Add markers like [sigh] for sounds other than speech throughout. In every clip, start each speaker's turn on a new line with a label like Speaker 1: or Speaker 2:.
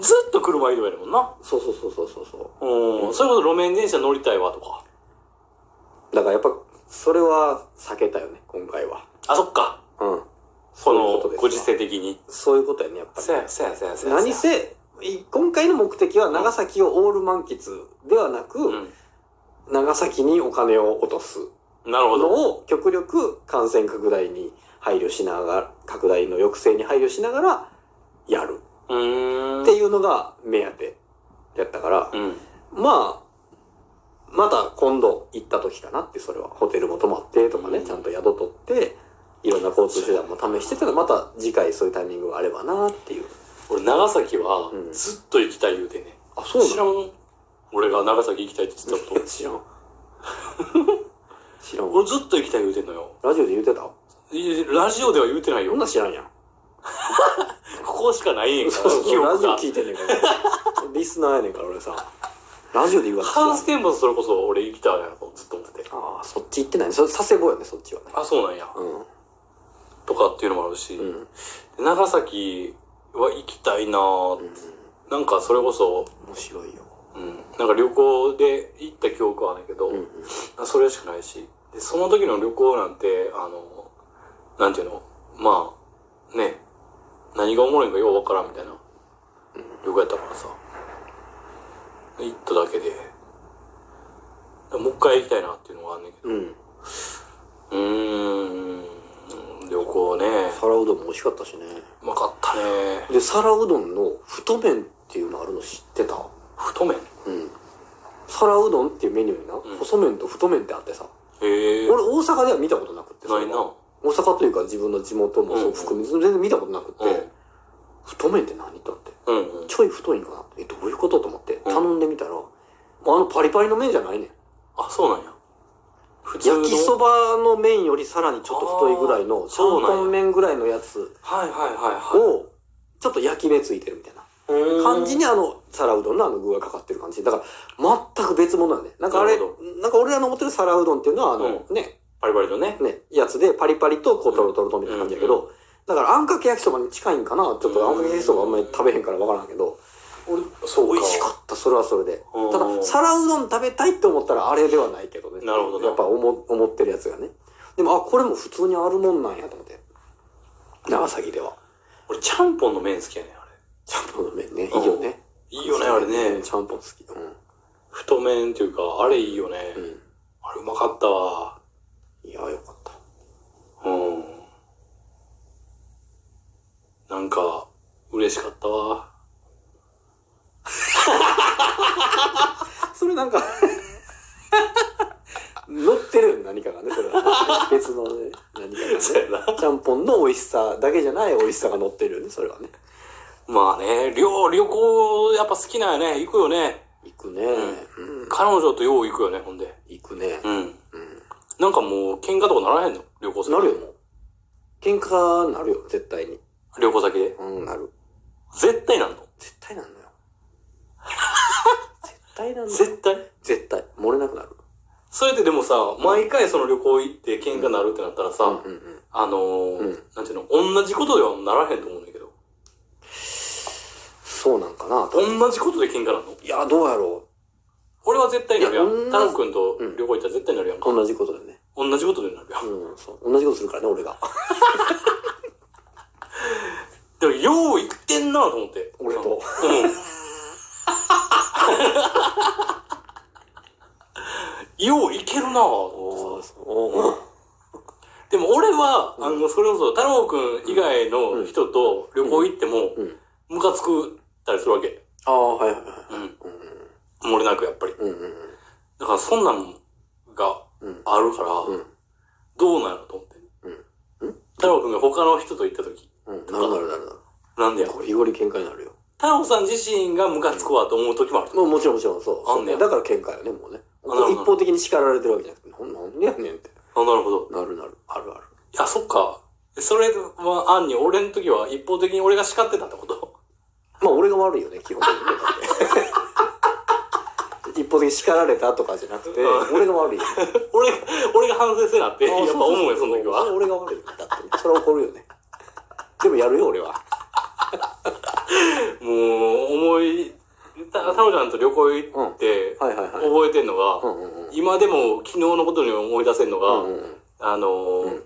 Speaker 1: ずっと車移動やるもんな。
Speaker 2: そうそうそうそうそうそう
Speaker 1: うん。それこそ路面電車乗りたいわとか。
Speaker 2: だからやっぱそれは避けたよね今回は
Speaker 1: あ、そっか。
Speaker 2: うん
Speaker 1: そ
Speaker 2: そういう
Speaker 1: の
Speaker 2: ことですわ
Speaker 1: ご時世的に。
Speaker 2: そういうことやねやっぱり
Speaker 1: そうや、そうや、そうや、そうや。
Speaker 2: 何せい今回の目的は長崎をオール満喫ではなく、
Speaker 1: うん。
Speaker 2: 長崎にお金を落とす
Speaker 1: なるほど。
Speaker 2: のを極力感染拡大に配慮しながら拡大の抑制に配慮しながらやる
Speaker 1: うーん。
Speaker 2: っていうのが目当てやったから、
Speaker 1: うん。
Speaker 2: まあまた今度行った時かなってそれはホテルも泊まってとかね、
Speaker 1: うん
Speaker 2: ちゃんと宿取っていろんな交通手段も試してたらまた次回そういうタイミングがあればなっていう
Speaker 1: 俺、長崎は
Speaker 2: うん
Speaker 1: ずっと行きたい言うてね。
Speaker 2: あそうな
Speaker 1: 知
Speaker 2: の
Speaker 1: らん俺が長崎行きたいって言ってたこと。
Speaker 2: 知らん [laughs] 知らん
Speaker 1: 俺ずっと行き [laughs] たい言うてんのよ。
Speaker 2: ラジオで言うてた
Speaker 1: いラジオでは言うてないよ
Speaker 2: そん。なん知らんやん
Speaker 1: ここしかないんやんか
Speaker 2: そう
Speaker 1: ら、
Speaker 2: [laughs]
Speaker 1: 記
Speaker 2: そうラ
Speaker 1: 憶
Speaker 2: ジオ
Speaker 1: が。
Speaker 2: 聞いてんねんから俺リスナーやねんから俺さラジオで言うわけ知らん
Speaker 1: ハウステンボスそれこそ俺行きたいやろ、ずっと思ってて。
Speaker 2: ああそっち行ってないねそれ佐世保やねそっちはね
Speaker 1: あ、そうなんや。
Speaker 2: う
Speaker 1: とかっていうのもあるし。
Speaker 2: んうん
Speaker 1: 長崎は行きたいなぁ、なんかそれこそ、
Speaker 2: 面白いよ
Speaker 1: うん、なんか旅行で行った記憶はないけど、
Speaker 2: うんうん
Speaker 1: それしかないしでその時の旅行なんてあのなんていうのまあね何がおもろいんかようわからんみたいな旅行やったからさ行っただけでもう一回行きたいなっていうのがあんねんけど
Speaker 2: うん
Speaker 1: うーん旅行ね
Speaker 2: 皿うどんも美味しかったしね
Speaker 1: うまかったね
Speaker 2: で皿うどんの太麺っていうのあるの知ってた
Speaker 1: 太麺
Speaker 2: うん皿うどんっていうメニューにな、
Speaker 1: ん
Speaker 2: 細麺と太麺ってあってさ
Speaker 1: へえ
Speaker 2: 俺大阪では見たことなくってそ
Speaker 1: な
Speaker 2: れ
Speaker 1: い
Speaker 2: は
Speaker 1: な
Speaker 2: 大阪というか自分の地元もそう含め全然見たことなくって、太麺って何と思って
Speaker 1: うんうんうん
Speaker 2: ちょい太いんかなってえどういうことと思って
Speaker 1: うん
Speaker 2: 頼んでみたら、あのパリパリの麺じゃないねん
Speaker 1: あそうなんや普通の
Speaker 2: 焼きそばの麺よりさらにちょっと太いぐらいの
Speaker 1: あー
Speaker 2: ちゃん
Speaker 1: そうなんや
Speaker 2: ぽん麺ぐらいのやつ
Speaker 1: はいはいはいは
Speaker 2: をちょっと焼き目ついてるみたいない感じにあの皿うどんのあの具がかかってる感じだから全く別物なんねなんかあれ
Speaker 1: なるほ
Speaker 2: なんか俺らの思ってる皿うどんっていうのはあの
Speaker 1: う
Speaker 2: ね
Speaker 1: パリパリのね
Speaker 2: ねやつでパリパリとこうトロトロとみたいな感じやけどだからあんかけ焼きそばに近いんかなちょっとあんかけ焼きそばあんまり食べへんからわからんけど
Speaker 1: 俺そう
Speaker 2: 美味しかったそれはそれで
Speaker 1: うん
Speaker 2: ただ皿うどん食べたいって思ったらあれではないけどね
Speaker 1: なるほどね
Speaker 2: やっぱ思思ってるやつがねでもあこれも普通にあるもんなんやと思って長崎では
Speaker 1: 俺ちゃんぽんの麺好きやねんあ
Speaker 2: ちゃんぽんの麺ねいい
Speaker 1: れ
Speaker 2: よね
Speaker 1: いいよねあれ
Speaker 2: うん
Speaker 1: ね
Speaker 2: ちゃんぽん好きう
Speaker 1: 太麺っていうかあれいいよね
Speaker 2: ん、うん
Speaker 1: あれうまかったわ
Speaker 2: いや、よかった。
Speaker 1: うんなんか嬉しかったわ
Speaker 2: それなんか、乗ってるよね何かがね、それは、ね。別のね、何か
Speaker 1: そうや
Speaker 2: が
Speaker 1: な
Speaker 2: ね。ちゃんぽんの美味しさだけじゃない美味しさが乗ってるよね、それはね。
Speaker 1: まあね旅旅行やっぱ好きなんやね行くよね
Speaker 2: 行くね。うん。
Speaker 1: 彼女とよう行くよねほんで
Speaker 2: 行くね。
Speaker 1: うん
Speaker 2: うん。
Speaker 1: なんかもう喧嘩とかならへんの旅行先
Speaker 2: なるよ、もう。喧嘩なるよ、絶対に。
Speaker 1: 旅行先で
Speaker 2: うん、なる。
Speaker 1: 絶対なんの
Speaker 2: 絶対なんのよ。絶対なん
Speaker 1: [laughs]
Speaker 2: のよ。
Speaker 1: 絶対
Speaker 2: 絶対。漏れなくなる。
Speaker 1: それってでもさ、毎回その旅行行って喧嘩なるってなったらさ、
Speaker 2: うんうん。
Speaker 1: あのー
Speaker 2: うん
Speaker 1: なんていうの、同じことではならへんと思うんだけど、
Speaker 2: そうなんかな。
Speaker 1: 同じことで喧嘩なの
Speaker 2: いや、どうやろ
Speaker 1: 俺は絶対なるや
Speaker 2: いや同
Speaker 1: ん。
Speaker 2: じ
Speaker 1: 太郎くんと旅行行ったら絶対なるやん
Speaker 2: う。
Speaker 1: か。
Speaker 2: 同じことだよね。
Speaker 1: 同じことでなるやん。
Speaker 2: うん、そう。同じことするからね、俺が。
Speaker 1: でも、よう行ってんなと思って。
Speaker 2: 俺と。
Speaker 1: うん。よう行けるなと思
Speaker 2: お
Speaker 1: って
Speaker 2: ー
Speaker 1: さ。
Speaker 2: そう
Speaker 1: でも俺は、あの、それこそ太郎くん以外の人と旅行行っても、
Speaker 2: うんうん
Speaker 1: ムカつくたりするわけ。
Speaker 2: ああ、はいはいは
Speaker 1: うん。
Speaker 2: い。
Speaker 1: 漏れなくやっぱり。
Speaker 2: うんうんうん
Speaker 1: だからそんなんが
Speaker 2: うん
Speaker 1: あるから、
Speaker 2: うん
Speaker 1: どうなると思って。太郎くんが他の人と行った時、
Speaker 2: うんうん。なるなるなるなる。
Speaker 1: なんでや
Speaker 2: ゴリゴリ喧嘩になるよ。
Speaker 1: 太郎さん自身がムカつくわと思う時もあると
Speaker 2: もうもちろんもちろんそう。
Speaker 1: あんねや
Speaker 2: そうだから喧嘩よね、もうね。
Speaker 1: あなるほど
Speaker 2: 一方的に叱られてるわけじゃなくて、ほんなんでやねんって。
Speaker 1: あ、なるほど。
Speaker 2: なるなる。あるある。
Speaker 1: いや、そっか。それは、案に俺の時は一方的に俺が叱ってたってこと [laughs]
Speaker 2: まあ俺が悪いよね、基本的にね。だって一方的に叱られたとかじゃなくて、
Speaker 1: う
Speaker 2: 俺が悪いよ。
Speaker 1: 俺が、俺が反省せなって、やっぱ
Speaker 2: あ
Speaker 1: 思うよ、その時
Speaker 2: れ
Speaker 1: は。
Speaker 2: 俺が悪いよ。だってね、それは怒るよね。でもやるよ、俺は。
Speaker 1: もう、思太郎ちゃんと旅行行って、
Speaker 2: はいはいはい。
Speaker 1: 覚えてんのが、
Speaker 2: うんうんうん。
Speaker 1: 今でも昨日のことに思い出せるのが、
Speaker 2: うんうん
Speaker 1: あのー
Speaker 2: うん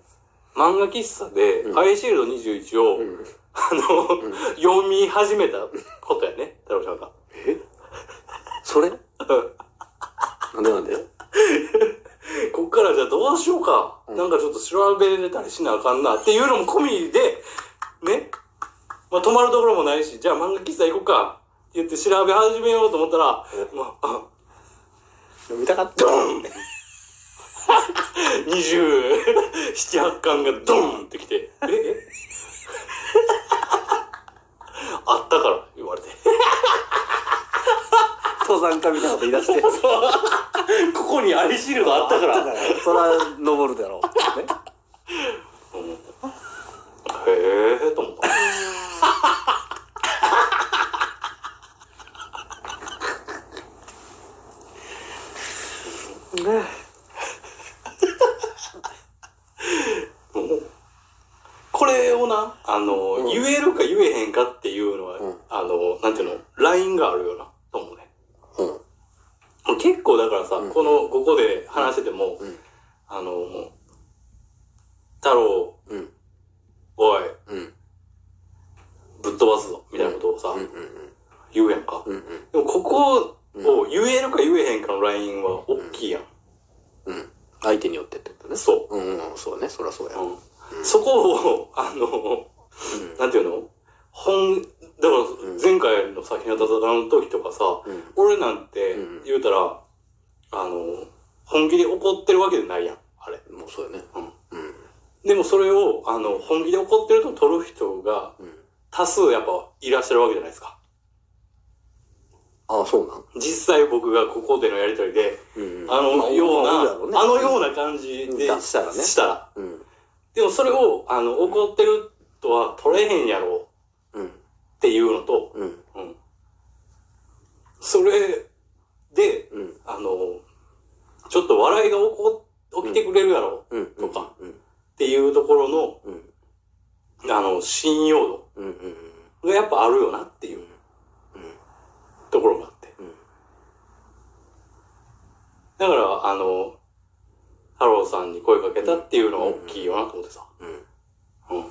Speaker 1: 漫画喫茶で、
Speaker 2: うん
Speaker 1: アイシールド21を、
Speaker 2: うん。
Speaker 1: あの、
Speaker 2: うん
Speaker 1: 読み始めたことやね、太郎ちゃんが。
Speaker 2: え [laughs] それなんでなんで
Speaker 1: こっからじゃあどうしようか、
Speaker 2: うん
Speaker 1: なんかちょっと調べれたりしなあかんなっていうのも込みで、ね。まあ、泊まるところもないし、じゃあ漫画喫茶行こうか。って言って調べ始めようと思ったら、まあ、
Speaker 2: 読みたかった。
Speaker 1: 27、8巻がドーンってきて、ええあったから言われて。
Speaker 2: 登山家みたいなこと言い出 [laughs] して。
Speaker 1: ここにアイシールドあったから。へ
Speaker 2: そら登るだろう。ね。
Speaker 1: えと思った。
Speaker 2: [laughs] ね
Speaker 1: これをな、あの、
Speaker 2: うん
Speaker 1: 言えるか言えへんかっていうのは、
Speaker 2: うん
Speaker 1: あの、なんていうの、ラインがあるよな、と思うね。
Speaker 2: うん。
Speaker 1: 結構だからさ、
Speaker 2: うん
Speaker 1: この、ここで話してても、
Speaker 2: うん
Speaker 1: あの、太郎、
Speaker 2: うん。
Speaker 1: おい、
Speaker 2: うん。
Speaker 1: ぶっ飛ばすぞ、みたいなことをさ、
Speaker 2: うん。
Speaker 1: 言うやんか。
Speaker 2: うん。
Speaker 1: でも、ここを言えるか言えへんかのラインは大きいやん。
Speaker 2: うん。相手によってってことね。
Speaker 1: そ
Speaker 2: うん。そうね。そらそうや。
Speaker 1: う。うんそこを、あの、なんていうの本、だから
Speaker 2: ん
Speaker 1: 前回のさ、日向坂の時とかさ、
Speaker 2: うん
Speaker 1: 俺なんて
Speaker 2: うん
Speaker 1: 言うたら、あの、本気で怒ってるわけじゃないやん、あれ。
Speaker 2: もうそうよね。うん。
Speaker 1: でもそれを、あの、本気で怒ってると取る人が
Speaker 2: うん。
Speaker 1: 多数やっぱいらっしゃるわけじゃないですか。
Speaker 2: ああ、そうなん。
Speaker 1: 実際僕がここでのやりとりで、
Speaker 2: うん
Speaker 1: あのような、あのよう
Speaker 2: な。
Speaker 1: な感じで
Speaker 2: 出したらね
Speaker 1: したら。
Speaker 2: うん。
Speaker 1: でもそれを、あの、怒ってるとは取れへんやろ
Speaker 2: うん。
Speaker 1: っていうのと、
Speaker 2: うん。
Speaker 1: うん。それで、
Speaker 2: うん。
Speaker 1: あの、ちょっと笑いが起こ、起きてくれるやろ
Speaker 2: うん。
Speaker 1: とか。
Speaker 2: うん。
Speaker 1: っていうところ
Speaker 2: うん。
Speaker 1: の、あの、信用度
Speaker 2: うん。うん。
Speaker 1: がやっぱあるよなっていう
Speaker 2: うん。
Speaker 1: ところがあって。
Speaker 2: うん。
Speaker 1: だから、あの、太郎さんに声かけたっていうのは大きいよなと思ってさ。
Speaker 2: うん。
Speaker 1: うん。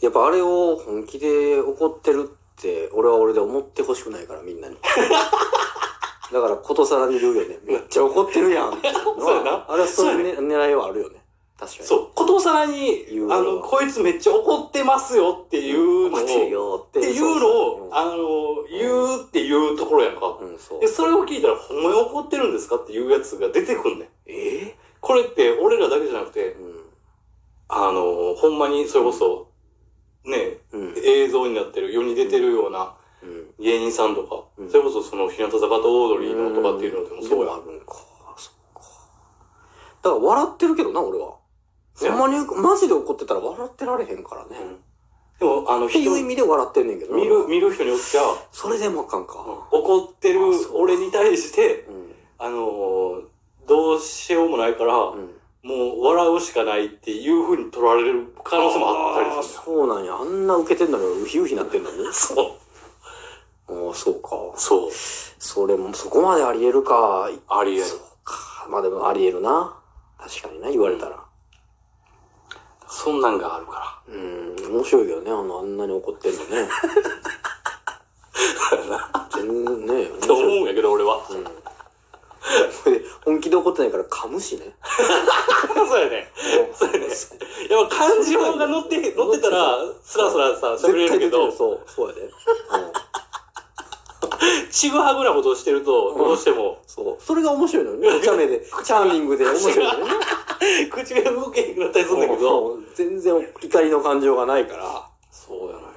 Speaker 2: やっぱあれを本気で怒ってるって、俺は俺で思ってほしくないから、みんなに。だから、ことさらに言うよね。めっちゃ怒ってるやんっていうのは。
Speaker 1: そうやな
Speaker 2: あれはそういうね、狙いはあるよね。確かに。
Speaker 1: そう、ことさらに
Speaker 2: 言う、のは
Speaker 1: あの、こいつめっちゃ怒ってますよっていうのを、っ
Speaker 2: 怒っててるよって。
Speaker 1: いうのを、
Speaker 2: あ
Speaker 1: あの、言うっていうところやんか。
Speaker 2: うん、そう
Speaker 1: で、。それを聞いたら、ほんまに怒ってるんですかっていうやつが出てくんねん。
Speaker 2: え
Speaker 1: これって、俺らだけじゃなくて
Speaker 2: う、ん。
Speaker 1: あの、ほんまにそれこそ、ね、
Speaker 2: うん。
Speaker 1: 映像になってる、世に出てるような
Speaker 2: うん。
Speaker 1: 芸人さんとか、
Speaker 2: うん
Speaker 1: それこそその日向坂とオードリーのとかっていうのでもそうや
Speaker 2: あ。るんか。そっか。だから、笑ってるけどな、俺は。
Speaker 1: そう
Speaker 2: ほ
Speaker 1: や
Speaker 2: んまに、マジで怒ってたら笑ってられへんから
Speaker 1: う
Speaker 2: ね。
Speaker 1: んでも、あの、
Speaker 2: って
Speaker 1: 人
Speaker 2: いう意味で笑ってんねんけどな
Speaker 1: 見る、見る人によっては、
Speaker 2: それでもあかんか。
Speaker 1: 怒ってる
Speaker 2: あそう
Speaker 1: 俺に対して、
Speaker 2: うん。
Speaker 1: あの、どうしようもないから、
Speaker 2: うん。
Speaker 1: もう笑うしかないっていう風に取られる可能性もあったりするんだよ。
Speaker 2: そうなんや。あんな受けてんのに、ウヒウヒなってんのに。
Speaker 1: [laughs] そ
Speaker 2: ああ、そうか。
Speaker 1: う。そう。
Speaker 2: それも、そこまであり得るか。
Speaker 1: ありえる
Speaker 2: そう。か。まあでもあり得るな。確かにな、言われたら。
Speaker 1: そんなんがあるか
Speaker 2: うん、面白いけどね、あの、あんなに怒ってんの
Speaker 1: [laughs]
Speaker 2: ね。全然ね、面
Speaker 1: ら。って思
Speaker 2: 白い。
Speaker 1: うんやけど、俺は。
Speaker 2: うん。それで本気で怒ってないから噛む
Speaker 1: [laughs]
Speaker 2: しね。
Speaker 1: そうやね。そうやね。やっぱ漢字が乗って、乗ってたら、スラスラさ、喋れるけど
Speaker 2: 絶対出て、そう、そうやで。うん。
Speaker 1: ちぐはぐなことをしてると、どうして [laughs] も、
Speaker 2: そう。それが面白いのよね。お茶目で、チャーミングで面白いのよね。
Speaker 1: 口が動けなくなったりするんだけど、
Speaker 2: そう全然怒りの感情がないから
Speaker 1: そうやな